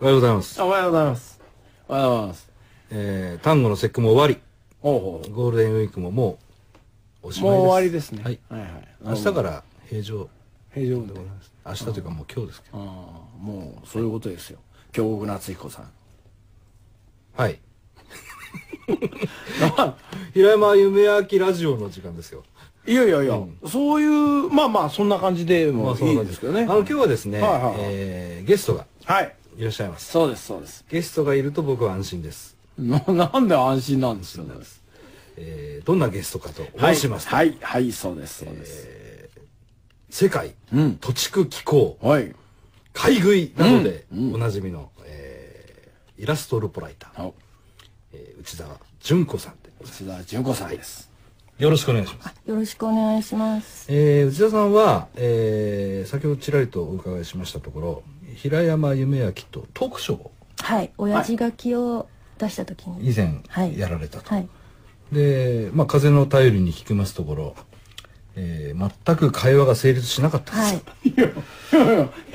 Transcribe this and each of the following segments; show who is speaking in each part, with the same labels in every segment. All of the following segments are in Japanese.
Speaker 1: おはようございます。
Speaker 2: おはようございます。おはようございます。
Speaker 1: えー、単語の節句も終わ
Speaker 2: おうほ
Speaker 1: り、
Speaker 2: う
Speaker 1: ゴールデンウィークももうおしまいです。
Speaker 2: もう終わりですね。
Speaker 1: はい。
Speaker 2: はいはい。。
Speaker 1: 明日からら平常
Speaker 2: 平常運
Speaker 1: でご
Speaker 2: 動で
Speaker 1: ざい。ます。明日というかもう今日ですけど。
Speaker 2: ああ、もう、そういうことですよ。京極夏彦さん。
Speaker 1: はい。
Speaker 2: あ
Speaker 1: 平山夢明ラジオの時間ですよ。
Speaker 2: いやいやいや、そういう、まあまあ、そんな感じで
Speaker 1: ま
Speaker 2: も
Speaker 1: あ
Speaker 2: いいですけど
Speaker 1: あ
Speaker 2: ね。
Speaker 1: の今日はですね、
Speaker 2: はいはいはい
Speaker 1: えーゲストが
Speaker 2: はい。
Speaker 1: いらっしゃいます。
Speaker 2: そうです、そうです。
Speaker 1: ゲストがいると僕は安心です。
Speaker 2: ななんで安心なんですよね。
Speaker 1: えーどんなゲストかと申しますと、
Speaker 2: はい、はい、はいそうです、そうです。
Speaker 1: 世界、
Speaker 2: うん
Speaker 1: 土地区気候、
Speaker 2: はい。
Speaker 1: 買い食いなどでおなじみの、えーイラストルポライター、
Speaker 2: あ
Speaker 1: えー内澤純子さんでござい
Speaker 2: 内田純子さんです。
Speaker 1: ますよろしくお願いします。
Speaker 3: よろしくお願いします。
Speaker 1: えー内田さんは、えー先ほどちらりとお伺いしましたところ平山夢明とトークショーを
Speaker 3: はい、親父書きを出した時に。
Speaker 1: 以前
Speaker 3: はい
Speaker 1: やられたと、
Speaker 3: はい。
Speaker 1: で、まあ、風の頼りに聞きますところ、えー全く会話が成立しなかったです、
Speaker 3: はい。
Speaker 2: い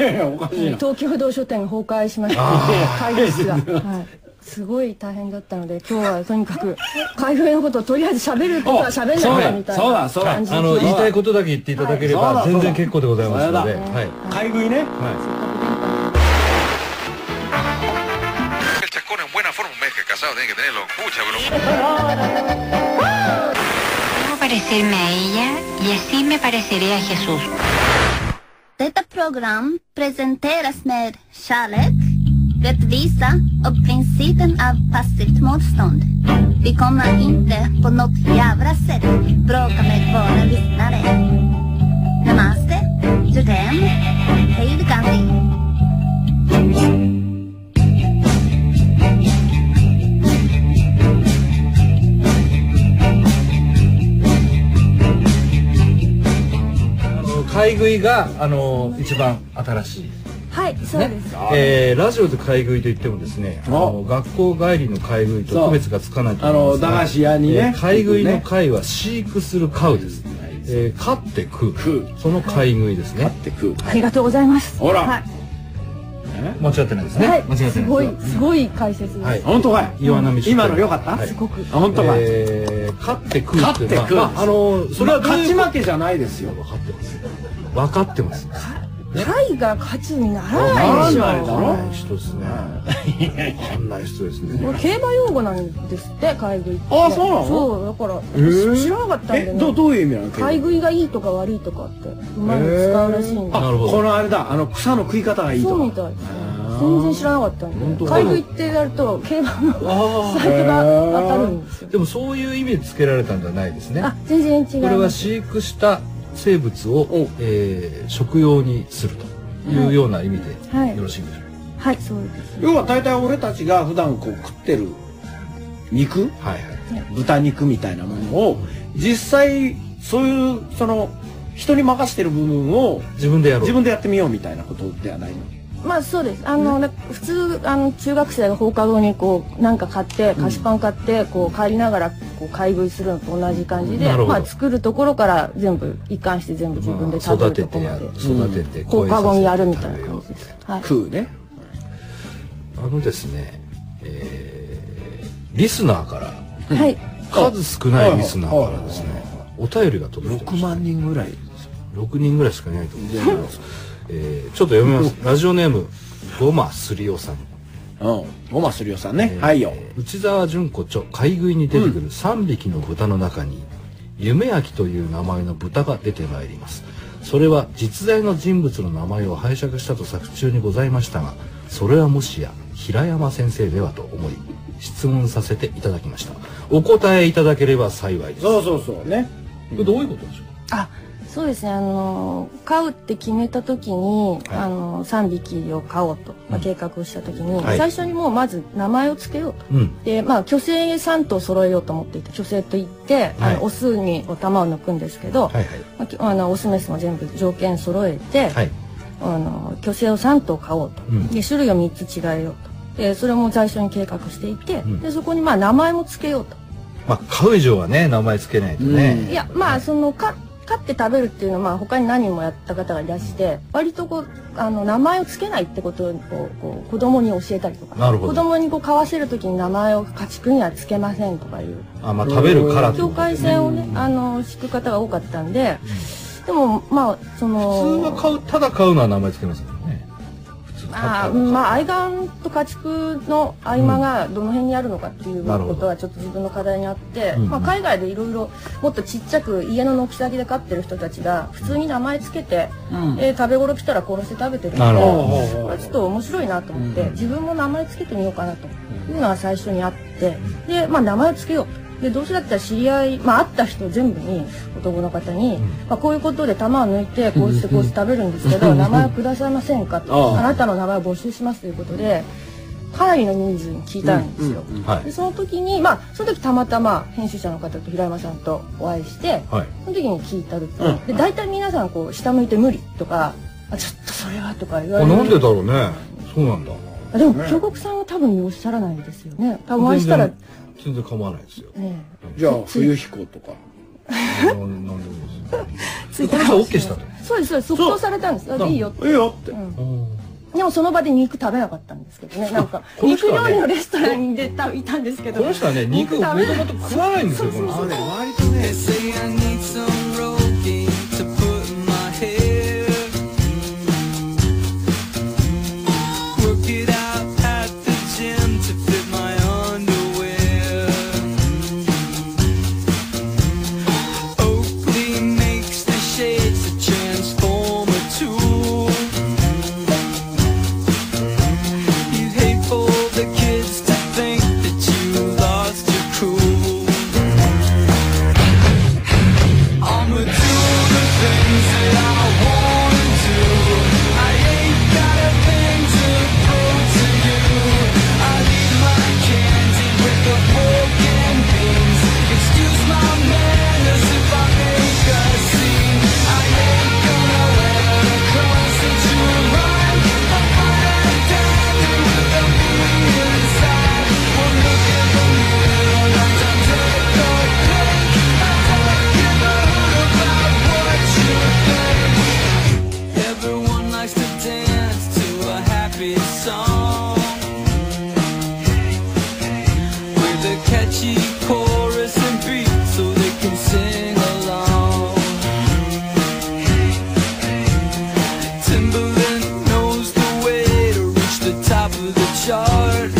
Speaker 2: やいや、おかしいな。
Speaker 3: 東京不動書店が崩壊しました。会議室が。はい。すごい大変だったので、今日はとに かく、開封のことをとりあえず喋ることは喋んないみたいな
Speaker 2: そうだそうだ
Speaker 3: 感じで
Speaker 1: あの言いたいことだけ言っていただけれ
Speaker 2: はいそう
Speaker 1: ば全
Speaker 2: だ
Speaker 1: 然結構でございますので、
Speaker 2: そうだ
Speaker 1: はい、
Speaker 2: 買い食いね。
Speaker 1: は
Speaker 4: El chascón en buena forma, un mes que casado tiene que tenerlo. Mucha broma.
Speaker 5: Debo parecerme a ella y así me pareceré a Jesús.
Speaker 6: Detta program presenteras med kärlek, rättvisa och principen av passivt motstånd. Vi kommer inte på något jävla sätt bråka med våra lyssnare. Namaste, Judem, Hej Gandhi.
Speaker 1: い、あの買い食いがあの一番新しい、
Speaker 3: はい、そうです。
Speaker 1: えーラジオで買い食いといってもですねあの学校帰りの買い食いと区別がつかないと思いますが
Speaker 2: そうあの駄菓子屋にね
Speaker 1: えー買い食いの買は飼育する買うです、えー飼って食う
Speaker 2: 食う
Speaker 1: その買い食いですね、
Speaker 2: 買って食う。
Speaker 3: ありがとうございます。
Speaker 2: ほら
Speaker 3: はい。
Speaker 1: 間違ってないですね、
Speaker 3: はい
Speaker 1: 間違ってないです
Speaker 3: すごい、すごい解説です。
Speaker 1: はい
Speaker 2: 本当かい
Speaker 1: 岩波出店
Speaker 2: 今の良かった、
Speaker 1: はい
Speaker 3: すごく。
Speaker 2: 本当かい、
Speaker 1: えー、勝って食うっていうの
Speaker 2: 勝って食う
Speaker 1: は、まあ、あのそれ
Speaker 2: それ
Speaker 1: は
Speaker 2: は
Speaker 1: どう
Speaker 2: 勝
Speaker 1: い
Speaker 2: ち
Speaker 1: う
Speaker 2: 負けじゃないですよ
Speaker 1: 分かってます分かってます
Speaker 3: 会が勝ちにならないでし
Speaker 2: ならないだ
Speaker 3: ょ
Speaker 2: ろ。
Speaker 1: 分かんない人ですね分かんない人ですね
Speaker 3: これ競馬用語なんですって、買い食いって。
Speaker 2: あそうなの
Speaker 3: そう、だから、知らなかったんで、ね。
Speaker 2: えどどういう意味なの
Speaker 3: 買い食いがいいとか悪いとかってうまいの使うらしいんで、
Speaker 2: あ
Speaker 1: なるほど
Speaker 2: このあれだあの草の食い方がいいと
Speaker 3: そうみたいですね全然知らなかったんで買い食いってやると競馬のサイトが当たるんですよ
Speaker 1: でもそういう意味でつけられたんじゃないですね
Speaker 3: あ全然違います
Speaker 1: これは飼育した生物を、えー食用にするというような意味で
Speaker 3: はい
Speaker 1: よろしいんでしょう
Speaker 3: はいそうです
Speaker 2: 要は大体俺たちが普段こう食ってる肉
Speaker 1: かはいはい
Speaker 2: 豚肉みたいなものを実際そういうその人に任せてる部分を
Speaker 1: 自分でやろう
Speaker 2: 自分でやってみようみたいなことではないの
Speaker 3: まあそうですあの、だ普通あの中学生が放課後にこうなんか買って菓子パン買ってこう帰りながらこう買い食いするのと同じ感じ
Speaker 1: なる
Speaker 3: で、
Speaker 1: ほ
Speaker 3: ま
Speaker 1: ど
Speaker 3: あ、作るところから全部一貫して全部自分
Speaker 1: ま
Speaker 3: で
Speaker 1: あ
Speaker 3: 食
Speaker 1: 育
Speaker 3: べる
Speaker 1: て
Speaker 3: とこ
Speaker 1: てや
Speaker 3: まで、
Speaker 1: る育てて
Speaker 3: 放課後にやるみたいな
Speaker 1: 声
Speaker 3: 感
Speaker 1: さ
Speaker 3: じ
Speaker 1: せて
Speaker 3: です、はい、
Speaker 2: 食うね
Speaker 1: あのですね、えーリスナーから
Speaker 3: はい
Speaker 1: 数少ないリスナーからですねお便りが届いてま
Speaker 2: 6
Speaker 1: した
Speaker 2: 万人ぐらい
Speaker 1: 6人ぐらいしかいないと思うんですけ ど、えーちょっと読みますラジオネームゴマスリオさん、
Speaker 2: うんごまするよさんね、はいよ
Speaker 1: えー内澤純子著買い食いに出てくる3匹の豚の中に、夢明という名前の豚が出てまいりますそれは実在の人物の名前を拝借したと作中にございましたがそれはもしや平山先生ではと思い質問させていただきましたお答えいただければ幸いです
Speaker 2: そうそうそうね
Speaker 1: これどういうことでしょう
Speaker 3: あそうですねあの飼うって決めた時に、あの3匹を飼おうと、まあ、計画をした時に、
Speaker 1: はい
Speaker 3: 最初にもうまず名前を付けようと。
Speaker 1: うん
Speaker 3: でまあ、虚勢3頭揃えようと思っていて虚勢といって、
Speaker 1: はい
Speaker 3: あのオスにお玉を抜くんですけど、
Speaker 1: はいはい
Speaker 3: まあきあのオスメスも全部条件揃えて、
Speaker 1: はい
Speaker 3: あの虚勢を3頭買おうと、
Speaker 1: うん
Speaker 3: で種類を3つ違えようとでそれも最初に計画していて、
Speaker 1: ん
Speaker 3: でそこにまあ名前も付けようと
Speaker 1: まあ買う以上はね名前つけないとね、
Speaker 3: いやまあそのか勝って食べるっていうのは、まあ、他に何人もやった方がいらして割とこうあの名前を付けないってことをこうこう子供に教えたりとか
Speaker 1: なるほど
Speaker 3: 子供にこう買わせる時に名前を家畜には付けませんとかいう
Speaker 1: あ、まあ食べるからって
Speaker 3: 境
Speaker 1: ことだよ
Speaker 3: 界
Speaker 1: ね
Speaker 3: 線をねあの敷く方が多かったんででもまあそ
Speaker 1: 普
Speaker 3: の
Speaker 1: 通は買う、ただ買うのは名前つけますけどね。普通
Speaker 3: ああ
Speaker 1: は
Speaker 3: う
Speaker 1: 買
Speaker 3: ん
Speaker 1: う。
Speaker 3: まあ愛玩と家畜の合間がどの辺にあるのかっていう
Speaker 1: なるほ
Speaker 3: こ
Speaker 1: ど
Speaker 3: とはちょっと自分の課題にあって、
Speaker 1: うん
Speaker 3: まあ、海外でいろいろもっとちっちゃく家の軒先で飼ってる人たちが普通に名前つけて、
Speaker 2: うん
Speaker 3: えー食べ頃来たら殺して食べてる
Speaker 1: なるほど
Speaker 3: のでこれちょっと面白いなと思って、自分も名前つけてみようかなというのが最初にあってで、まあ、名前をつけようと。でどうせだったら知り合い、まあ、会った人全部に男の方に、まあ、こういうことで玉を抜いてこうしてこうして食べるんですけど名前をくださいませんかと
Speaker 2: ああ
Speaker 3: あなたの名前を募集しますということでかなりの人数に聞いたんですよ、
Speaker 1: は
Speaker 3: で
Speaker 1: い。
Speaker 3: その時にまあその時たまたま編集者の方と平山さんとお会いして
Speaker 1: はい。
Speaker 3: その時に聞いた時に、
Speaker 2: うん
Speaker 3: で大体皆さんこう下向いて無理とかあちょっとそれはとか言わ
Speaker 1: あ、
Speaker 3: れ
Speaker 1: なんでだ
Speaker 3: る
Speaker 1: ろうね。そうなんだ。
Speaker 3: あでも京極さんは多分おっしゃらないですよね多分お会いしたら、
Speaker 1: 全然全然構わないですよ。
Speaker 3: ね
Speaker 2: じゃあ冬彦とか
Speaker 1: あのなんでもいいですよ。
Speaker 3: つい
Speaker 1: この人 OK したと。
Speaker 3: えそうですそうです即答されたんですあでいいよって
Speaker 2: いいよって
Speaker 3: でもその場で肉食べなかったんですけどねなんか
Speaker 1: この
Speaker 3: 肉
Speaker 1: 人はね
Speaker 3: 料理のレストランで食べたんですけど
Speaker 1: この人はね、肉を
Speaker 3: 食べ
Speaker 1: も
Speaker 3: な
Speaker 1: と
Speaker 3: か
Speaker 1: もと
Speaker 3: った
Speaker 1: 食わないんですよ、この人。
Speaker 2: 割とね
Speaker 7: Say I need some roadie to put in my hair. Work it out at the gym to fit my underwear. Oakley makes the shades a transformer tool. You hate for the kids to think that you lost your cool. I'ma do the things that I wanna do. I ain't got a thing to prove to you. I leave my candy with the pork and beans. Excuse my manners if I make a scene. I ain't gonna wear the clothes that you like. I'm gonna die with a bee inside. One look in the mirror and I'm done dead or pink. I don't give a about what you think. Everyone likes to dance to a happy song with a catchy chorus and beat so they can sing along. Timberland knows the way to reach the top of the chart.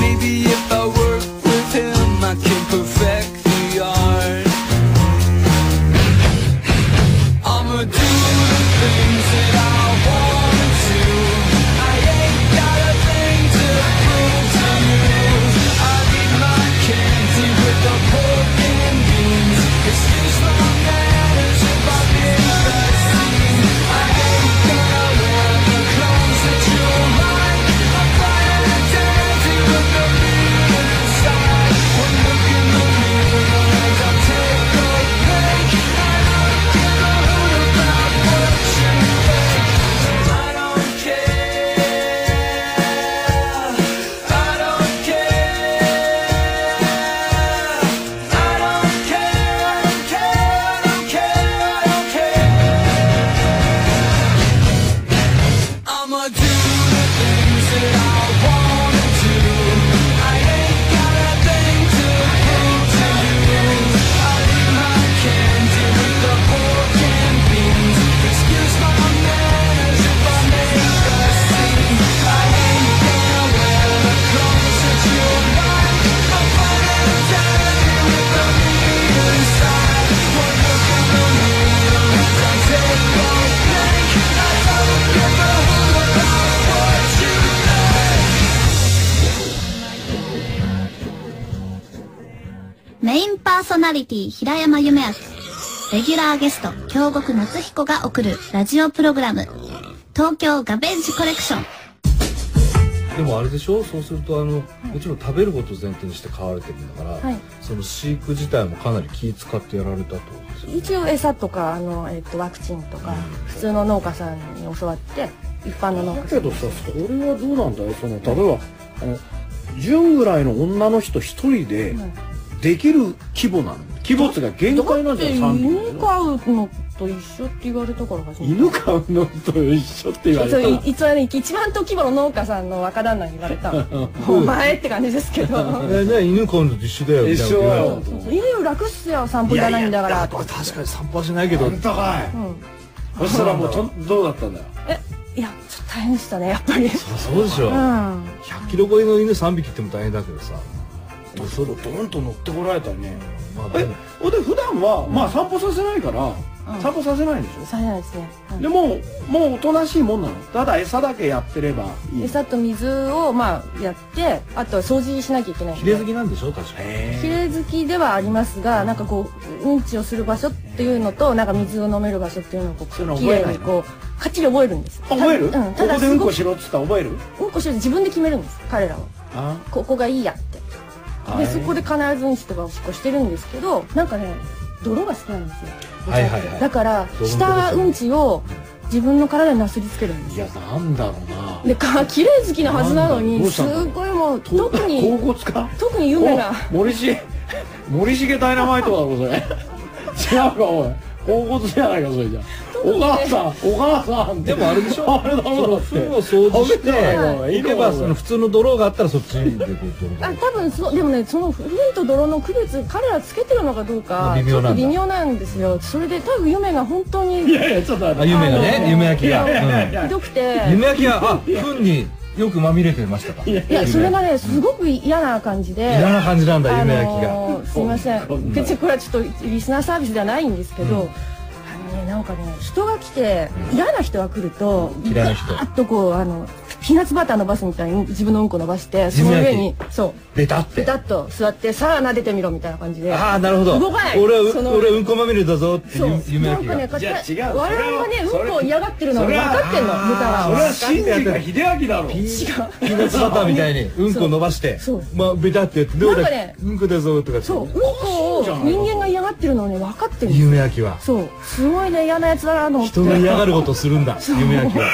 Speaker 7: Maybe if I work with him, I can perfect the art. I'ma do the things that I wanna do. I ain't got a thing to prove to you. I eat my candy with the pork and beans. Excuse my manners if I make a scene. I ain't gonna wear the clothes that you like. I'm gonna dance with the mirror inside. One look in the mirror and I'll take a break. I don't give a hoot about what you think. I don't care. I don't care. I don't care. I don't care. I don't care. I don't care. I'ma do the things that I wanna do. I ain't got a thing to prove to you. I eat my candy with the pork and beans. Excuse my manners if I make a scene. I ain't gonna wear the clothes that you like. I'm gonna die with the meat inside. One look in the mirror and I take a break. I don't give a hoot about what you think.
Speaker 6: メインパーソナリティ平山夢明レギュラーゲスト京極夏彦が送るラジオプログラム東京ガベージコレクション
Speaker 1: でもあれでしょそうするとあの、もちろん食べることを前提にして飼われてるんだから、
Speaker 3: はい
Speaker 1: その飼育自体もかなり気使ってやられたってことですよね
Speaker 3: 一応餌とかあの、えっとワクチンとか普通の農家さんに教わって一般の農
Speaker 2: だ
Speaker 3: 家さ
Speaker 2: けどさそれはどうなんだよその例えばあの純ぐらいの女の人一人で
Speaker 3: ん、うん
Speaker 2: できる規模なの鬼没が限界な
Speaker 3: だ
Speaker 2: ん
Speaker 3: っ
Speaker 2: じゃ
Speaker 3: て
Speaker 2: ん
Speaker 3: 犬
Speaker 2: 3匹
Speaker 3: 飼うのと一緒って言われたから始めた
Speaker 2: 犬飼うのと一緒って言われた
Speaker 3: そう
Speaker 2: ら
Speaker 3: いつはね一番時の農家さんの若旦那に言われた お前って感じですけどそう
Speaker 1: えね犬飼うのと一緒だよみたいなこと言われた
Speaker 2: 一緒
Speaker 3: そう犬より楽っすよ散歩じゃないんだから
Speaker 1: いやいやまあ確かに散歩はしないけど
Speaker 2: 本当かい
Speaker 3: うん
Speaker 2: そしたらもうちょっとどうだったんだよ
Speaker 3: えいやちょっと大変でしたねやっぱりう
Speaker 1: そうでしょ
Speaker 3: ん
Speaker 1: 100キロ超えの犬3匹っても大変だけどさそうだ
Speaker 2: ドンと乗ってこられたね
Speaker 1: まあ
Speaker 2: え
Speaker 1: でも
Speaker 2: ほんで普段はまあ散歩させないから散歩させないんでしょ
Speaker 3: されないですね、はい
Speaker 2: でももうおとなしいもんなのただ餌だけやってればいい
Speaker 3: 餌と水をまあやってあとは掃除しなきゃいけないん
Speaker 1: ヒ
Speaker 3: で
Speaker 1: レ好きなんでしょ確かに
Speaker 2: へ
Speaker 3: きれい好きではありますがなんかこううんちをする場所っていうのとなんか水を飲める場所っていうのをこ
Speaker 2: そういうの
Speaker 3: うき
Speaker 2: 覚え
Speaker 3: れい
Speaker 2: ない
Speaker 3: に
Speaker 2: の
Speaker 3: こうかっちり覚えるんです
Speaker 2: あ覚える、
Speaker 3: たうん、
Speaker 2: こ
Speaker 3: た
Speaker 2: こ
Speaker 3: だ
Speaker 2: ですうん
Speaker 3: ご
Speaker 2: こ
Speaker 3: く
Speaker 2: しろっつったら覚える
Speaker 3: うんこして自分で決めるんです彼らは
Speaker 2: あ
Speaker 3: ここがいいやって
Speaker 2: は
Speaker 3: で
Speaker 2: い
Speaker 3: そこで必ずうんちとかおしっこしてるんですけどなんかね泥が好きなんですよ、
Speaker 1: はいはいはい
Speaker 3: だから
Speaker 1: 泥の
Speaker 3: 下はうんちを自分の体になすりつけるんです
Speaker 2: いやなんだろうな
Speaker 3: でか綺麗好きなはずなの
Speaker 2: なんだど
Speaker 3: に
Speaker 2: うし
Speaker 3: す
Speaker 2: たんだ
Speaker 3: ごいもう特
Speaker 2: 甲
Speaker 3: に
Speaker 2: 骨か
Speaker 3: 特に夢が
Speaker 2: お森重森重ダイナマイトだろそれ違うかおい甲骨じゃないかそれじゃお母さんお母さんでもあれでしょあれ
Speaker 1: そ
Speaker 2: だろ
Speaker 1: の
Speaker 2: だって
Speaker 1: 糞を掃除して
Speaker 2: ダメだよおい
Speaker 1: 行けばその普通の泥があったらそっちでこう泥
Speaker 3: あ
Speaker 1: が
Speaker 3: 多分そうでもねその糞と泥の区別彼らつけてるのかどうか
Speaker 1: 微
Speaker 3: ち
Speaker 1: 妙
Speaker 3: ょ
Speaker 1: なん
Speaker 3: っ
Speaker 1: だ
Speaker 3: と微妙なんですよそれで多分夢が本当
Speaker 2: い
Speaker 3: に
Speaker 2: やいやちょっと待
Speaker 1: あ
Speaker 2: って
Speaker 1: 夢が
Speaker 3: あ
Speaker 1: ね
Speaker 3: の
Speaker 1: 夢焼きが
Speaker 2: いやいやい
Speaker 1: うん
Speaker 2: や
Speaker 3: ひどくて
Speaker 1: 夢焼きがあ糞によくまみれてましたか
Speaker 3: いやそれがねすごく嫌な感じで
Speaker 1: 嫌な感じなんだ夢焼き
Speaker 3: あ
Speaker 1: が
Speaker 3: のーすいませ
Speaker 2: こん
Speaker 3: ん
Speaker 2: な
Speaker 3: 別にこれはちょっとリスナーサービスではないんですけど、あのねなんかね人が来て嫌な人が来ると
Speaker 1: 嫌な人
Speaker 3: ガーッとこうあのピーナッツバター伸ばすみたいに自分のうんこ伸ばしてその上にそう
Speaker 1: ベタって
Speaker 3: ピタッと座ってさあ撫でてみろみたいな感じで
Speaker 1: ああなるほど
Speaker 3: 動かない
Speaker 1: 俺はう
Speaker 3: その
Speaker 1: 俺はうんこまみれだぞって
Speaker 3: そう
Speaker 1: ゆ夢
Speaker 3: な
Speaker 1: 焼
Speaker 3: ん
Speaker 1: き
Speaker 3: かね
Speaker 1: が
Speaker 3: こう
Speaker 2: じ
Speaker 3: や
Speaker 2: ゃ
Speaker 3: っ
Speaker 2: あ違
Speaker 3: て
Speaker 2: う
Speaker 3: 我々はねうん
Speaker 2: それは
Speaker 3: こを嫌がってるの
Speaker 2: そ
Speaker 3: が
Speaker 2: れ
Speaker 3: 分
Speaker 2: は
Speaker 3: かってんの豚
Speaker 2: それ
Speaker 3: は
Speaker 2: は新宿秀明だろ
Speaker 1: ピーナッツバターみたいにうんこ伸ばして
Speaker 3: そう
Speaker 1: まあベタってやってどう
Speaker 3: なん
Speaker 1: だ
Speaker 3: かね
Speaker 1: うんこだぞとかって
Speaker 3: そううんこを人間が嫌がってるのをね分かってるんです
Speaker 1: 夢焼きは
Speaker 3: そうすごいね嫌なやつだなと思って
Speaker 1: 人が嫌がることをするんだ夢焼きは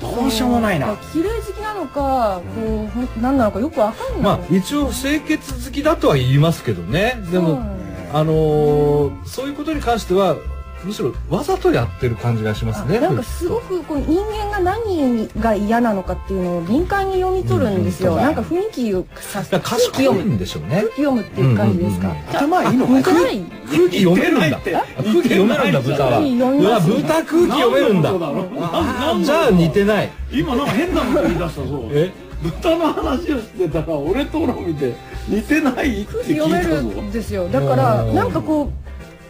Speaker 2: どうしようもないな
Speaker 3: 綺麗好きなのかこうほん何なのかよくわかんない、
Speaker 1: まあ一応清潔好きだとは言いますけどねで
Speaker 3: そう
Speaker 1: も
Speaker 3: なんです
Speaker 1: あのーそういうことに関してはむしろわざとやってる感じがしますね
Speaker 3: なんかすごくこう人間が何が嫌なのかっていうのを敏感に読み取るんですよ、
Speaker 1: うん
Speaker 3: なんか雰囲気をさ
Speaker 1: だから賢い
Speaker 3: 雰囲
Speaker 1: んでしょうね
Speaker 3: 気読むっていう感じですか、
Speaker 1: うんうん
Speaker 2: 頭いいのか
Speaker 3: 向
Speaker 2: い
Speaker 3: かない
Speaker 1: 空気読めるんだ
Speaker 2: 似てないって
Speaker 1: 空気読めるんだ豚は
Speaker 3: 空気読
Speaker 1: う
Speaker 3: め
Speaker 1: わ
Speaker 3: ます
Speaker 1: 豚空気読めるんだ
Speaker 2: 何のことだろう
Speaker 1: あーじゃあ似てない
Speaker 2: 今なんか変なこと言い出したぞ
Speaker 1: え
Speaker 2: 豚の話をしてたら俺とロ見て似てないって
Speaker 3: 空
Speaker 2: 聞
Speaker 3: 気
Speaker 2: い
Speaker 3: 読め
Speaker 2: た
Speaker 3: る
Speaker 2: ぞ
Speaker 3: んですよだから
Speaker 1: うん
Speaker 3: なんかこう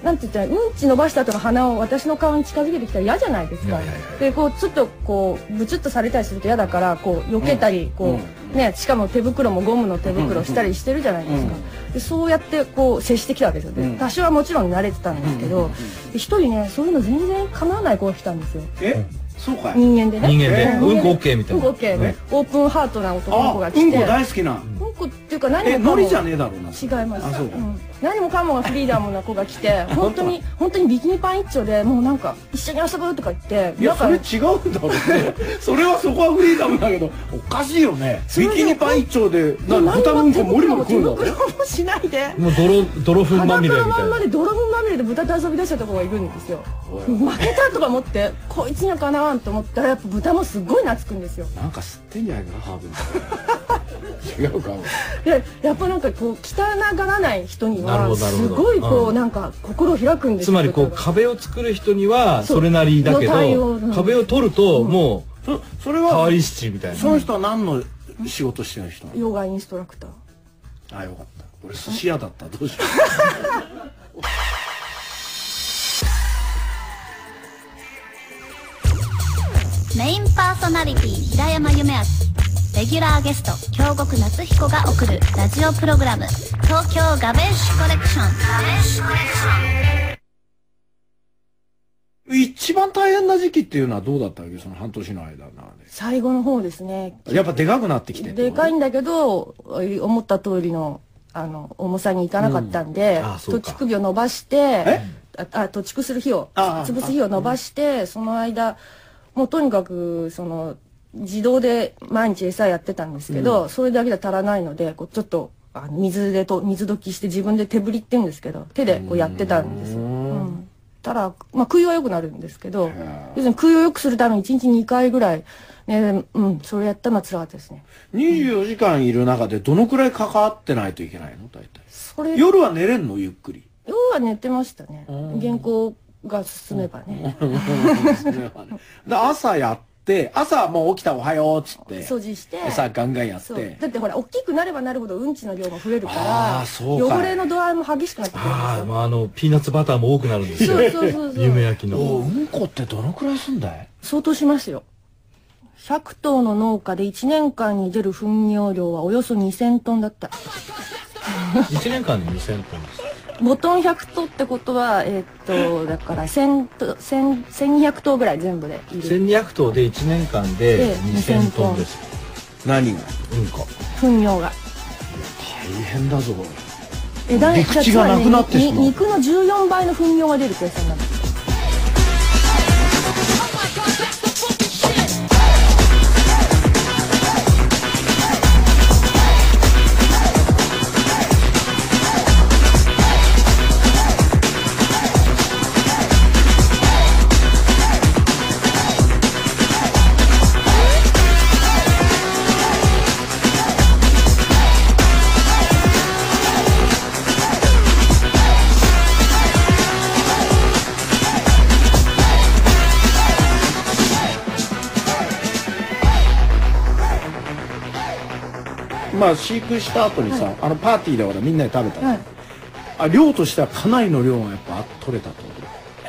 Speaker 3: なんて言ったらうんち伸ばした後の鼻を私の顔に近づけてきたら嫌じゃないです
Speaker 1: い
Speaker 3: か
Speaker 1: やいやいや
Speaker 3: でこうちょっとこうブチュッとされたりすると嫌だからこう避けたりこうねしかも手袋もゴムの手袋したりしてるじゃないですかでそうやってこう接してきたわけですよ
Speaker 2: うん
Speaker 3: で多少はもちろん慣れてたんですけどで一人ねそういうの全然構わない子が来たんですよ
Speaker 2: えそうかい
Speaker 3: 人間でね
Speaker 1: 人間で
Speaker 3: ええ
Speaker 1: うんこ OK みたいな
Speaker 3: うんこ OK
Speaker 1: ね
Speaker 3: オープンハートな男の
Speaker 2: あ
Speaker 3: 子が来て
Speaker 2: うんこ大好きな
Speaker 3: うんこっていうか何も
Speaker 2: え
Speaker 3: かも
Speaker 2: ノリじゃねえだろうな
Speaker 3: 違います
Speaker 2: あそう
Speaker 3: う
Speaker 2: か
Speaker 3: ん、何もかもがフリーダムな子が来て本当に本当にビキニパン一丁でもうなんか一緒に遊ぶとか言って
Speaker 2: いや
Speaker 3: なんか
Speaker 2: それ違うんだろうねそれはそこはフリーダムだけどおかしいよね
Speaker 3: それ
Speaker 2: ビ
Speaker 3: で
Speaker 2: キニパン一丁で
Speaker 3: もう
Speaker 2: なんか豚うんこモリモリ
Speaker 3: も手
Speaker 2: 食うんだろ
Speaker 3: 袋もしないで
Speaker 1: もう泥泥粉ま
Speaker 3: 裸
Speaker 1: みれみ
Speaker 3: の
Speaker 1: た
Speaker 3: ま
Speaker 1: い
Speaker 3: ん
Speaker 1: な
Speaker 3: まで泥粉まみれで豚と遊び出しちゃった子がいるんですよ負けたとか思ってこいつにはかなわんと思ったらやっぱ豚もすごい懐くんですよ
Speaker 2: なんか吸ってんじゃないかなハーブ違うかも
Speaker 3: でやっぱなんかこう汚がらない人に
Speaker 1: なるほど
Speaker 3: は
Speaker 1: なるほ
Speaker 3: す
Speaker 1: ど
Speaker 3: ごいこ
Speaker 1: う
Speaker 3: うんなんか心を開くんです
Speaker 1: つ
Speaker 3: よ
Speaker 1: まりこう
Speaker 3: 豚が
Speaker 1: 壁を作る人には
Speaker 3: そう
Speaker 1: それなりだけ
Speaker 3: の対応
Speaker 1: ど
Speaker 3: うん
Speaker 1: 壁を取るとも
Speaker 2: そそれ
Speaker 1: う代
Speaker 2: は
Speaker 1: わり七みたいな
Speaker 2: その人は何の仕事してる人なの
Speaker 3: ヨガインストラクター
Speaker 2: あよかった俺寿司屋だったどうしよう
Speaker 6: メインパーソナリティ平山夢明レギュラーゲスト京極夏彦が送るラジオプログラム「東京ガベッシュコレクション」
Speaker 2: 一番大変な時期っていうのはどうだったわけその半年の間の中
Speaker 3: 最後の方ですね
Speaker 2: でやっぱでかくなってきてって
Speaker 3: でかい
Speaker 2: こ
Speaker 3: んだけど思った通りのあの重さにいかなかったんで、
Speaker 1: うんあそう
Speaker 3: 土
Speaker 1: か
Speaker 3: 地首を伸ばして
Speaker 2: え
Speaker 3: ああ土地区する日を
Speaker 2: ああ
Speaker 3: 潰す日を伸ばしてその間もうとにかくその自動で毎日餌やってたんですけど、それだけじゃ足らないのでこうちょっと。あの水でと水溶きして自分で手振りって言うんですけど手でこうやってたんですよ。うんたら、まあ、食いは良くなるんですけど要するに食いを良くするために1日2回ぐらい、ねうん、それやったのは辛かったですね。
Speaker 2: 24時間いる中でどのくらい関わってないといけないの大体。
Speaker 3: それ
Speaker 2: 夜は寝れんのゆっく り。
Speaker 3: 要は寝てましたね原稿が進めばね
Speaker 2: で朝やって、朝はもう起きたおはようっつって。
Speaker 3: 掃除して
Speaker 2: 朝ガンガンやっ
Speaker 3: そう
Speaker 2: て。
Speaker 3: だってほら大きくなればなるほどうんちの量が増えるか
Speaker 2: あー
Speaker 3: ら
Speaker 2: そうか
Speaker 3: 汚れの度合いも激しくなってくる
Speaker 1: ああ、まああの、ピーナッツバターも多くなるんですよ。
Speaker 3: そうそうそうそう
Speaker 1: 夢焼き
Speaker 2: お
Speaker 1: の。
Speaker 2: ううんこってどのくらいすんだい
Speaker 3: 相当しますよ100頭の農家で1年間に出る糞尿量はおよそ2000トンだった
Speaker 1: 1年間に2000トンです。
Speaker 3: ボトン100頭ってことはえーっとだから1000と1000 1200頭ぐらい全部でいる
Speaker 1: 1200頭で1年間で
Speaker 3: で
Speaker 1: 2000トンです。
Speaker 2: 何が
Speaker 1: うんこ。
Speaker 3: 糞尿が
Speaker 2: 大変だぞ。
Speaker 3: えだ
Speaker 2: 陸地がなくなってしまう
Speaker 3: に肉の14倍の糞尿が出る計算なんです
Speaker 2: まあ飼育した後にさ、あのパーティーでほらみんなで食べたの、
Speaker 3: はい
Speaker 2: あ量としてはかなりの量がやっぱ取れたってこ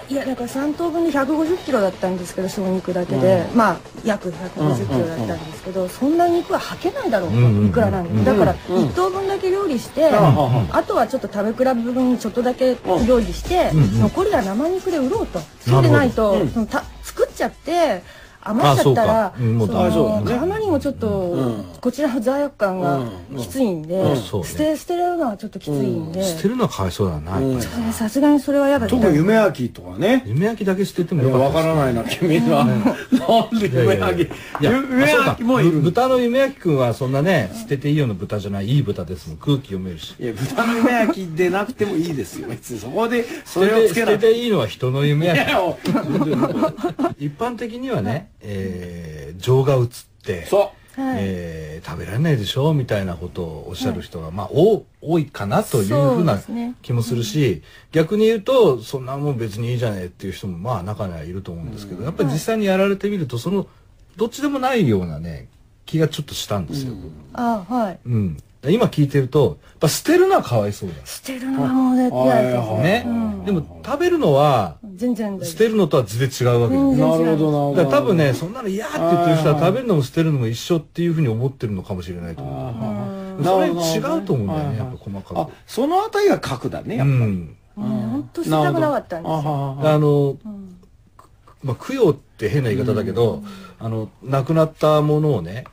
Speaker 2: と
Speaker 3: いやだから3等分で150キロだったんですけど小肉だけで、まあ約150キロだったんですけど、そんな肉ははけないだろうと、
Speaker 1: うんうんうん
Speaker 3: いくらなんでも、だから1等分だけ料理して、
Speaker 2: ん
Speaker 3: あとはちょっと食べ比べ分にちょっとだけ料理して、
Speaker 1: んうん
Speaker 3: 残りは生肉で売ろうとそうでないと、そのた作っちゃって余っちゃった
Speaker 1: あそうか
Speaker 3: ら
Speaker 1: うんもう
Speaker 3: の
Speaker 1: 大丈夫だね
Speaker 3: あまりにもちょっと、
Speaker 2: ん
Speaker 3: こちらの罪悪感がきついんで、
Speaker 1: うんそうね
Speaker 3: 捨て捨てるのはちょっときついんで、
Speaker 1: 捨てるのはかわいそうだな、やっぱり。
Speaker 3: さすがにそれは嫌だった
Speaker 2: 特に夢明きとかね
Speaker 1: 夢焼きだけ捨てても
Speaker 2: いや
Speaker 1: よか
Speaker 2: わ
Speaker 1: っ
Speaker 2: か
Speaker 1: た
Speaker 2: らないな君は、なんで
Speaker 1: です。
Speaker 2: 夢明き
Speaker 1: いやいやいや
Speaker 2: 夢
Speaker 1: あそ
Speaker 2: 明
Speaker 1: うか
Speaker 2: きもいる
Speaker 1: ぶ豚の夢明きくんはそんなね、捨てていいような豚じゃない、いい豚ですもん。空気読めるし。
Speaker 2: いや豚の夢明きでなくてもいいですよ別にそ こでそ
Speaker 1: 捨
Speaker 2: れを
Speaker 1: てて
Speaker 2: つけ
Speaker 1: 捨
Speaker 2: な
Speaker 1: て
Speaker 2: くて
Speaker 1: ていいのは人の夢
Speaker 2: い
Speaker 1: 焼き。
Speaker 2: やお
Speaker 1: 一般的にはね、えー情が移って、
Speaker 2: そ
Speaker 1: えー食べられないでしょみたいなことをおっしゃる人が、まあ、お多いかなという
Speaker 3: そう
Speaker 1: ふうな
Speaker 3: ですね
Speaker 1: 気もするし、逆に言うと、そんなもん別にいいじゃねえっていう人も、まあ、中にはいると思うんですけど、やっぱり実際にやられてみると、その、どっちでもないようなね、気がちょっとしたんですよ。
Speaker 3: あはい
Speaker 1: うん。今聞いてると、やっぱ捨てるのはかわいそう
Speaker 3: 捨てるのはもう絶対嫌です
Speaker 2: はい
Speaker 1: だ。ね。でも、食べるのは、
Speaker 3: 全然大
Speaker 1: 捨
Speaker 3: 丈
Speaker 1: てるのとは図で違うわけです
Speaker 3: う
Speaker 2: うんなるほどなるほ
Speaker 1: だ
Speaker 2: ど
Speaker 1: から多分ね、そんなの嫌って言ってる人は食べるのも捨てるのも一緒っていうふうに思ってるのかもしれないと思う。
Speaker 2: あ
Speaker 1: それ
Speaker 2: なるほどね
Speaker 1: 違うと思うんだよ
Speaker 2: はい
Speaker 1: ね、や
Speaker 2: はい
Speaker 1: っぱ細か
Speaker 2: あ
Speaker 1: く。
Speaker 2: そのあたりが核だねや
Speaker 1: う
Speaker 2: っぱり、
Speaker 1: ん。
Speaker 3: 夫もうねほんと捨てたくなかったんです
Speaker 2: あは
Speaker 3: よ
Speaker 2: はは
Speaker 1: あの、まあ、供養って変な言い方だけど、あの、亡くなったものをね、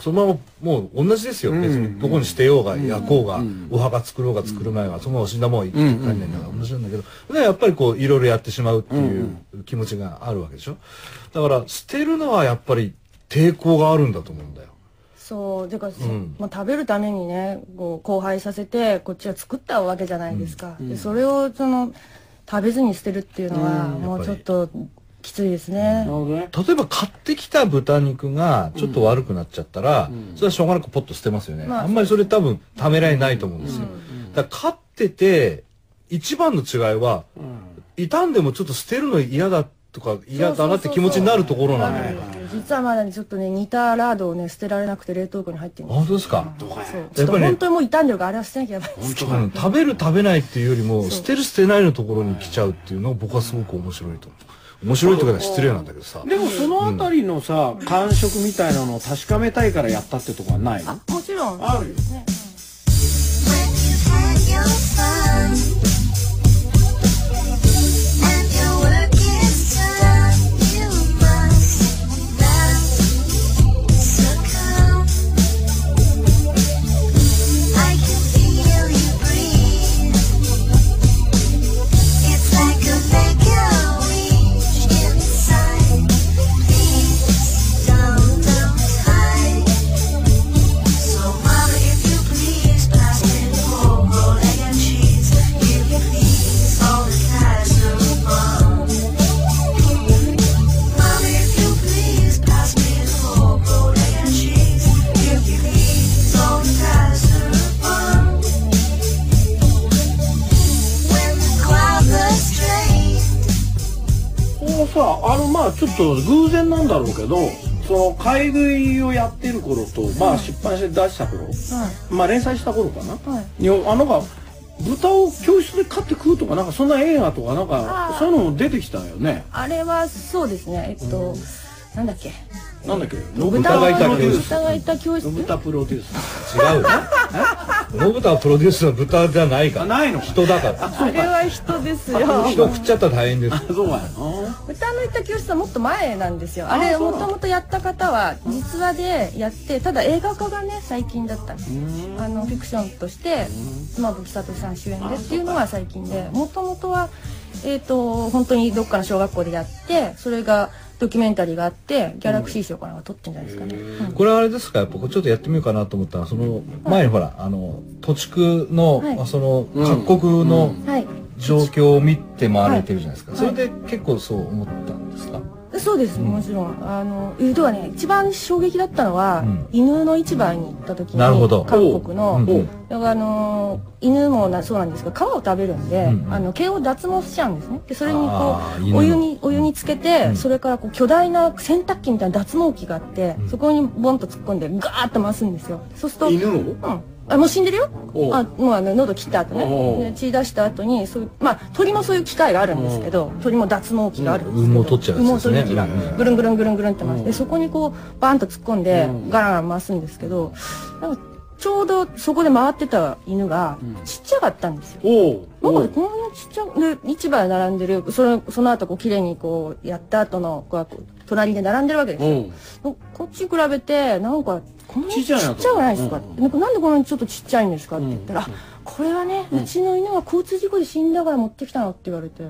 Speaker 1: そのままもう同じですよ。別にどこに捨てようが、焼こうが、お墓作ろうが作る前が、そのまま死んだもんは生きて帰んないんだから同じなんだけど、ねやっぱりこう、いろいろやってしまうっていう気持ちがあるわけでしょ。だから、捨てるのはやっぱり抵抗があるんだと思うんだよ。
Speaker 3: そうてか、そ
Speaker 1: ん
Speaker 3: まあ、食べるためにねこう交配させてこっちは作ったわけじゃないですか、でそれをその食べずに捨てるっていうのは、もうちょっときついですね、
Speaker 2: なるほどね
Speaker 1: 例えば買ってきた豚肉がちょっと悪くなっちゃったら、それはしょうがなくポッと捨てますよね、
Speaker 3: まあ
Speaker 1: あ、んまりそれ多分ためらいないと思うんですよ、だから飼ってて一番の違いは、傷んでもちょっと捨てるの嫌だとか嫌だなって気持ちになるところなのよ、
Speaker 3: 実はまだねちょっとね煮たラードをね捨てられなくて冷凍庫に入ってるん
Speaker 1: あ
Speaker 3: です
Speaker 1: 本当ですか、
Speaker 3: そうち
Speaker 1: やっぱ
Speaker 3: ょっと
Speaker 1: りね
Speaker 3: 本当にもう傷んでるからあれは捨てなきゃやばいです
Speaker 1: うん食べる食べないっていうよりも捨てる捨てないのところに来ちゃうっていうのを僕はすごく面白いと思う面白いというか失礼なんだけどさ
Speaker 2: でもそのあたりのさ、感触みたいなのを確かめたいからやったってとこはないの
Speaker 3: もちろん
Speaker 2: あるよ
Speaker 8: Don't hide. So, Mama, if you please, pass me
Speaker 2: あちょっと偶然なんだろうけどその買い食いをやってる頃と、まあ出版して出した頃、まあ連載した頃かな、、
Speaker 3: はい
Speaker 2: やあなんか豚を教室で飼って食うとかなんかそんな映画とかなん
Speaker 3: あ
Speaker 2: か
Speaker 3: ー
Speaker 2: そういうのも出てきたよね
Speaker 3: あれはそうですねえっと、なんだっけ
Speaker 2: なんだっけ「
Speaker 1: 豚がいた
Speaker 2: プロデュース」
Speaker 3: 豚がいた
Speaker 2: 「
Speaker 3: 教室
Speaker 2: 野豚プロデュース
Speaker 1: 違う よ野豚はプロデュースの豚じゃないか」
Speaker 2: あ
Speaker 1: ら
Speaker 2: ないのか
Speaker 1: 人だから
Speaker 3: あれは人ですよ
Speaker 1: 人食っちゃったら大変です
Speaker 2: あそうかやな
Speaker 3: 歌の言った教室はもっと前なんですよ
Speaker 2: あ
Speaker 3: あれ
Speaker 2: そう
Speaker 3: も
Speaker 2: なの
Speaker 3: ともとやった方は実話でやってただ映画化がね最近だったんですあのフィクションとして妻夫木聡さん主演でっていうのは最近でもともとはえっ、と本当にどっかの小学校でやってそれがドキュメンタリーがあってギャラクシー賞かなんか撮ってんじゃないですかね、うん
Speaker 1: これはあれですかやっぱこうちょっとやってみようかなと思ったらその前にほらあの土地区の、
Speaker 3: はい
Speaker 1: まあその各国の
Speaker 3: はい
Speaker 1: 状況を見て回られてるじゃないですか、それで結構そう思ったんですか、
Speaker 3: そうですもちろんあのえーとはね一番衝撃だったのは、
Speaker 1: うん
Speaker 3: 犬の市場に行った時に
Speaker 1: なるほど
Speaker 3: 韓国
Speaker 1: う
Speaker 3: の、
Speaker 1: んうん
Speaker 3: だからあのー犬もなそうなんですが皮を食べるんで、
Speaker 1: うんうん
Speaker 3: あの毛を脱毛しちゃうんですねでそれにこ
Speaker 1: あー
Speaker 3: う
Speaker 1: 犬の
Speaker 3: お湯にお湯につけて、
Speaker 1: ん
Speaker 3: それからこう巨大な洗濯機みたいな脱毛器があって、
Speaker 1: ん
Speaker 3: そこにボンと突っ込んでガーッと回すんですよそうすると
Speaker 2: 犬を
Speaker 3: うんあもう死んでるよ
Speaker 2: おう
Speaker 3: あもうあの喉切った後
Speaker 2: おう
Speaker 3: ねで血出した後にそういうまあ鳥もそういう機械があるんですけど鳥も脱毛器があるんですけど
Speaker 1: 羽毛取っちゃうやつですね
Speaker 3: 羽毛取る機械
Speaker 1: うん
Speaker 3: ぐるんぐるんぐるんぐるんって回して、
Speaker 2: うん
Speaker 3: そこにこうバーンと突っ込んで、
Speaker 2: うん
Speaker 3: ガラガラ回すんですけどなんかちょうどそこで回ってた犬がちっちゃかったんですよ。
Speaker 2: おう
Speaker 3: なん
Speaker 2: お
Speaker 3: か
Speaker 2: う
Speaker 3: こんなちっちゃで市場に並んでるそれその後こう綺麗にこうやった後のこうこう隣で並んでるわけですよ。
Speaker 2: おう
Speaker 3: こっちに比べてなんかこんな
Speaker 2: ち
Speaker 3: ち
Speaker 2: っ
Speaker 3: っ
Speaker 2: ち
Speaker 3: ち
Speaker 2: ゃ
Speaker 3: ゃ
Speaker 2: いなと
Speaker 3: くないですか、
Speaker 2: うん
Speaker 3: なんかなんでこんなにちょっとちっちゃいんですかって言ったら、
Speaker 2: うん
Speaker 3: あこれはね、うちの犬が交通事故で死んだから持ってきたのって言われて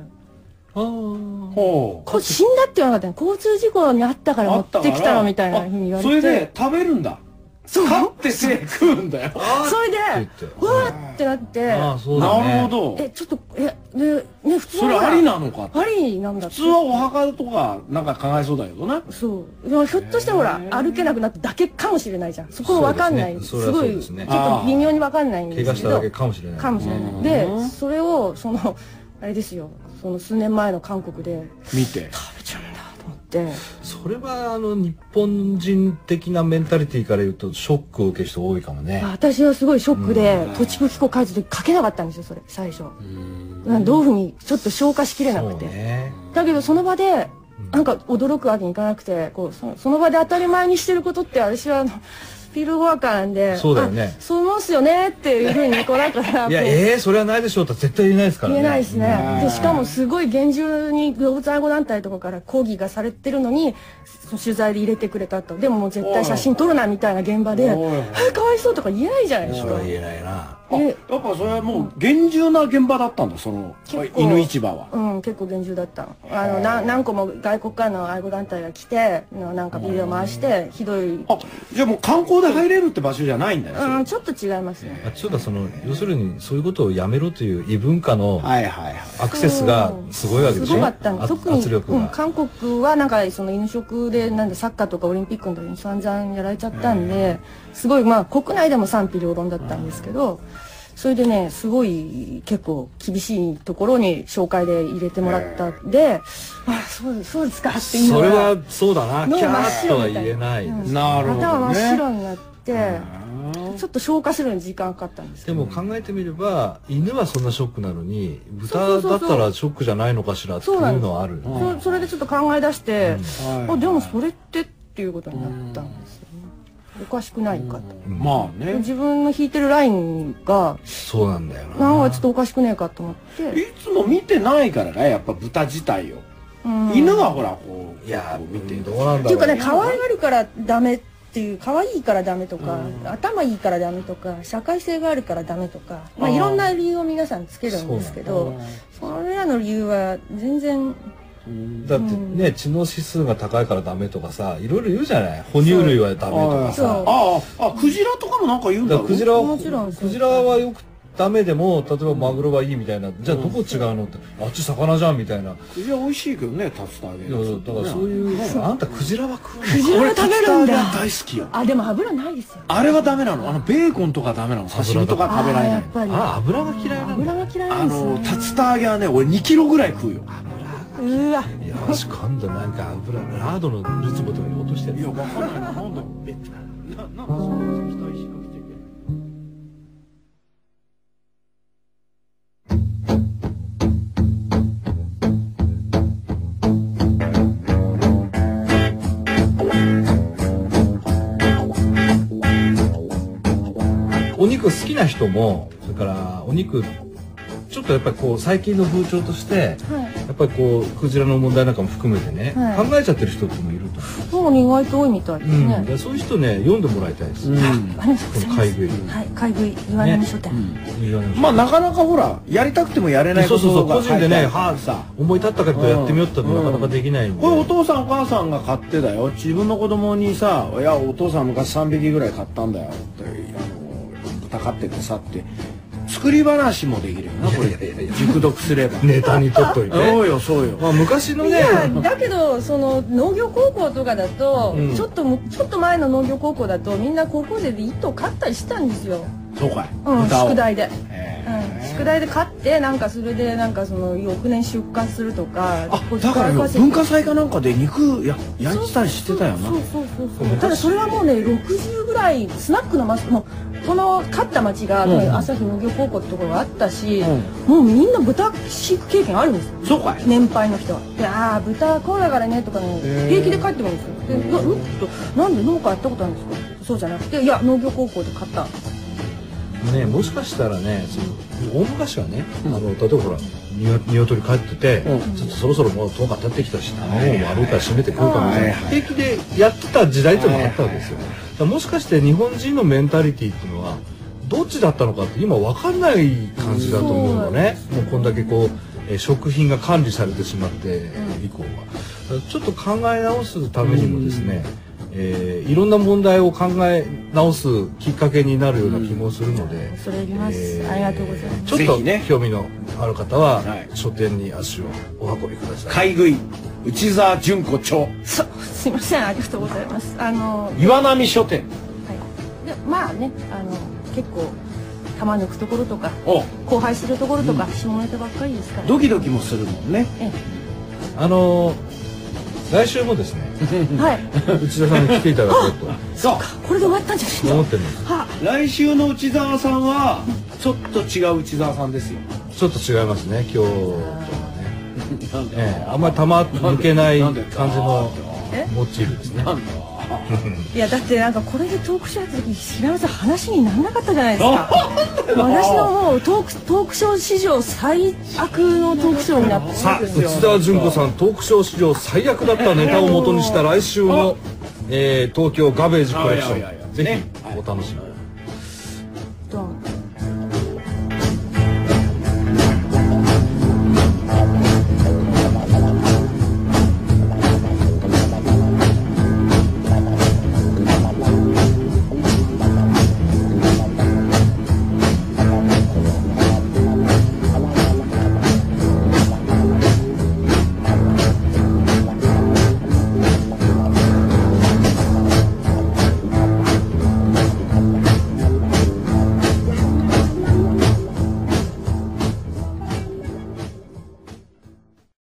Speaker 1: あ
Speaker 2: ほう
Speaker 3: こ死んだって言わなかったの交通事故にあったから持ってきたのみたいなふうに言われて
Speaker 2: あそれで食べるんだ
Speaker 3: そう
Speaker 2: 飼ってて食うんだよ
Speaker 3: それで
Speaker 1: って言って
Speaker 3: うわーってなって
Speaker 1: ああそうだね
Speaker 2: なるほど
Speaker 3: えちょっとえでね普通
Speaker 2: それ
Speaker 3: は
Speaker 2: ありなのかって
Speaker 3: ありなんだって
Speaker 2: 普通はお墓とかなんか考えそうだけどな
Speaker 3: そうでもひょっとしたらほら歩けなくなっただけかもしれないじゃんそこもわかんないす,、
Speaker 1: そうですねそれ
Speaker 3: ご
Speaker 1: はそう
Speaker 3: い
Speaker 1: ですね
Speaker 3: ちょっと微妙にわかんないんで
Speaker 1: 怪
Speaker 3: す
Speaker 1: 我
Speaker 3: け
Speaker 1: した
Speaker 3: ど
Speaker 1: だけかもしれない
Speaker 3: かもしれない
Speaker 2: うん
Speaker 3: でそれをそのあれですよその数年前の韓国で
Speaker 2: 見て
Speaker 3: 食べちゃうんだと思って
Speaker 1: それはあの日本人的なメンタリティから言うとショックを受ける人多いかもね
Speaker 3: 私はすごいショックで土地区機構書いた時書けなかったんですよそれ最初なんかどういうふうにちょっと消化しきれな
Speaker 1: そ
Speaker 3: く
Speaker 1: う
Speaker 3: て、
Speaker 1: ね
Speaker 3: だけどその場でなんか驚くわけにいかなくてこうそのその場で当たり前にしてることって私はあのフィールドワーカーなんで
Speaker 1: そうだよね
Speaker 3: あそう思うんすよねっていうふうにこうだから
Speaker 1: いや
Speaker 3: こう
Speaker 1: えー、それはないでしょうとは絶対言えないですから
Speaker 3: 言
Speaker 1: ね
Speaker 3: えないですね
Speaker 2: ね
Speaker 3: でしかもすごい厳重に動物愛護団体とかから抗議がされてるのにそ取材で入れてくれたとでももう絶対写真撮るなみたいな現場で「
Speaker 2: おい
Speaker 3: え
Speaker 2: おい
Speaker 3: かわいそう」とか言えないじゃないです
Speaker 1: そ
Speaker 3: か
Speaker 1: れは言えないな
Speaker 2: あやっぱそれはもう厳重な現場だったんだその
Speaker 3: 結構
Speaker 2: 犬市場は
Speaker 3: うん結構厳重だったのあのな何個も外国からの愛護団体が来てのなんかビデオ回してひどい
Speaker 2: あじゃあもう観光で入れるって場所じゃないんだよそれ
Speaker 3: うんちょっと違いますね
Speaker 1: あちょっとその要するにそういうことをやめろという異文化の
Speaker 2: はいはいはい
Speaker 1: アクセスがすごいわけでしょ
Speaker 3: すごかったの
Speaker 1: あ
Speaker 3: 特に
Speaker 1: 圧力
Speaker 3: うん、
Speaker 1: が、
Speaker 3: 韓国はなんかその飲食でなんでサッカーとかオリンピックの時に散々やられちゃったんで、すごいまあ国内でも賛否両論だったんですけど、それでねすごい結構厳しいところに紹介で入れてもらったんで、あそうそうですかっていう
Speaker 1: それはそうだな
Speaker 3: 脳
Speaker 1: キャ
Speaker 3: 真っ
Speaker 1: ー
Speaker 3: 白
Speaker 1: とは
Speaker 3: みた
Speaker 1: 言
Speaker 3: い
Speaker 1: えない、
Speaker 3: うん
Speaker 2: なるほど
Speaker 3: 頭真っ
Speaker 2: ね
Speaker 3: 白になって、ちょっと消化するのに時間かかったんですけ
Speaker 1: で
Speaker 3: ど
Speaker 1: も考えてみれば犬はそんなショックなのに
Speaker 3: そ
Speaker 1: 豚
Speaker 3: うそ
Speaker 1: だ
Speaker 3: う
Speaker 1: っ
Speaker 3: そう
Speaker 1: たらショックじゃないのかしらっていうのはある
Speaker 2: ん
Speaker 3: そそれでちょっと考え出して、
Speaker 2: はい
Speaker 3: あでもそれってっていうことになったんですよね、おかしくないかと。
Speaker 2: まあね
Speaker 3: 自分の引いてるラインが
Speaker 1: そうなんだよな
Speaker 3: なんかちょっとおかしくねえかと思って、
Speaker 2: いつも見てないからねやっぱ豚自体を
Speaker 3: うん
Speaker 2: 犬がほらこう
Speaker 1: いや
Speaker 2: こう
Speaker 1: 見
Speaker 2: 見て
Speaker 1: て
Speaker 2: る
Speaker 1: どうなんだろう
Speaker 3: っていうかね可愛がるからダメっていう可愛いからダメとか、頭いいからダメとか社会性があるからダメとか、まあ、
Speaker 2: あー
Speaker 3: いろんな理由を皆さんつけるんですけどそれらの理由は全然
Speaker 1: だってね知能指数が高いからダメとかさいろいろ言うじゃない哺乳類はダメとか
Speaker 3: そう
Speaker 1: さ
Speaker 2: あああクジラとかもなんか言うん
Speaker 1: だか
Speaker 2: だろ
Speaker 1: らクジラ
Speaker 3: もちろん
Speaker 1: は
Speaker 3: そう
Speaker 1: クジラはよくダメでも例えばマグロはいいみたいなじゃあどこ違うのってあっち魚じゃんみたいな
Speaker 2: クジラ美味しいけどね竜田揚げ
Speaker 1: いやだからそう
Speaker 2: う
Speaker 1: いうあんたクジラは食うの
Speaker 3: クジラ
Speaker 2: 俺竜
Speaker 3: が
Speaker 2: 田
Speaker 3: 食べ
Speaker 2: 揚
Speaker 3: るん
Speaker 2: げ
Speaker 3: だ
Speaker 2: 大好きよ
Speaker 3: あでも油ないですよ
Speaker 2: あれはダメなのあのベーコンとかダメなの刺身とか食べられな
Speaker 3: あーや
Speaker 2: い
Speaker 3: っぱり
Speaker 1: あ油が嫌いなんだ
Speaker 3: 油が嫌いな
Speaker 2: あ
Speaker 3: んです
Speaker 2: の
Speaker 3: ね
Speaker 2: 竜田揚げはね俺2キロぐらい食うよ
Speaker 3: うわ
Speaker 1: よし今度なんか油ラードのルツボとか言おうとしてる
Speaker 2: いや、わかんないな。なんだろう。え、な、なんでそんな期待しなくちゃいけない
Speaker 1: お肉好きな人もそれからお肉ちょっとやっぱりこう最近の風潮として
Speaker 9: はい
Speaker 1: やっぱりこうクジラの問題なんかも含めてね、
Speaker 9: はい
Speaker 1: 考えちゃってる人っていうのもいると
Speaker 9: もう意外と多いみたいです
Speaker 1: 思う、うん
Speaker 9: ね。
Speaker 1: でそういう人ね読んでもらいたいです、
Speaker 9: あ
Speaker 1: こ
Speaker 9: りがとうござい
Speaker 1: の
Speaker 9: ま
Speaker 1: 買い
Speaker 9: す。
Speaker 1: 食い
Speaker 9: はい、買い食い、岩波書店。
Speaker 1: いろいろ
Speaker 2: まあ、なかなかほら、やりたくてもやれない
Speaker 1: そうそうそう
Speaker 2: こと
Speaker 1: 個
Speaker 2: が
Speaker 1: 人でね、
Speaker 2: 書いてある
Speaker 1: はあさ思い立ったけどやってみようってのはなかなかできないんで、
Speaker 2: これお父さんお母さんが買ってだよ自分の子供にさ「いやお父さん昔3匹ぐらい買ったんだよ」ってあの豚飼っててさって作り話もできるよなこれ
Speaker 1: いやいやいやいや
Speaker 2: 熟読す れば
Speaker 1: ネタにとっといて
Speaker 2: そうよそうよ
Speaker 1: まあ昔の
Speaker 3: い
Speaker 1: ね
Speaker 3: やだけどその農業高校とかだと、
Speaker 1: うん
Speaker 3: ちょっとむちょっと前の農業高校だとみんな高校生で一頭買ったりしたんですよ、
Speaker 2: そうかい
Speaker 3: うん、
Speaker 2: 豚を
Speaker 3: 宿題で、
Speaker 2: え
Speaker 3: うん、宿題で買ってなんかそれでなんかその翌年出荷するとか
Speaker 2: ーあだからよ文化祭かなんかで肉や焼いてたりしてたよな
Speaker 3: そうそうそうそうただそれはもうね60ぐらいスナックの町もうこの勝った町が、
Speaker 2: うん
Speaker 3: 朝日農業高校ってところがあったし、
Speaker 2: う
Speaker 3: もうみんな豚飼育経験あるんですよ
Speaker 2: そうかい
Speaker 3: 年配の人は「でああ豚こうだからね」とかね
Speaker 2: へー
Speaker 3: 平気で帰ってもいいんですよで「なうん?」と「なんで農家やったことあるんですか?」そうじゃなくて「いや農業高校で買った」
Speaker 1: ねもしかしたらねその大昔はね、あの例えばほらニワ鶏飼ってて、
Speaker 2: うん
Speaker 1: ちょっとそろそろもう10日経ってきたし卵も悪いから閉めて食うかもしれ
Speaker 2: はいは
Speaker 1: ない平気でやってた時代っていうのがあったわけですよ、だからもしかして日本人のメンタリティっていうのはどっちだったのかって今わかんない感じだと思うのね、もうこんだけこう、えー食品が管理されてしまって以降は、だからちょっと考え直すためにもですね、えーいろんな問題を考え直すきっかけになるような気もするので、
Speaker 9: 恐れ入りますありがとうございます
Speaker 1: ちょっ
Speaker 2: ぜ
Speaker 1: と
Speaker 2: ひね
Speaker 1: 興味のある方は、
Speaker 2: はい
Speaker 1: 書店に足をお運びください。
Speaker 2: 買い食い内沢純子町
Speaker 3: そうすいませんありがとうございますあの
Speaker 2: 岩波書店
Speaker 3: はいでまあねあの結構玉抜くところとか
Speaker 2: お
Speaker 3: 荒廃するところとか、下ネタばっかりですから
Speaker 2: ドキドキもするもんね
Speaker 3: え
Speaker 1: あのー来週も ですね、
Speaker 3: えはい
Speaker 1: 内田さんに来ていただこうと
Speaker 2: そう
Speaker 3: これで終わったんじゃない
Speaker 1: 思
Speaker 3: の
Speaker 1: ってるんで す。
Speaker 2: 来週の内沢さんはちょっと違う内沢さんですよ。
Speaker 1: ちょっと違いますね、今日とはね。
Speaker 2: なんだよ
Speaker 1: ええあんまり玉抜けない
Speaker 2: な
Speaker 1: 感
Speaker 2: ん
Speaker 1: じ
Speaker 2: で
Speaker 1: の
Speaker 3: え
Speaker 1: モチーフですね。
Speaker 2: なんだよ
Speaker 3: いやだってなんかこれでトークショーやった時平野さん話にならなかったじゃないですか私のもうトークトークショー史上最悪のトークショーになって
Speaker 1: さあ、内田純子さん、トークショー史上最悪だったネタを元にした来週の、えー東京ガベージコレクシ
Speaker 2: いやいやいや
Speaker 1: ョン、ぜひお楽しみに。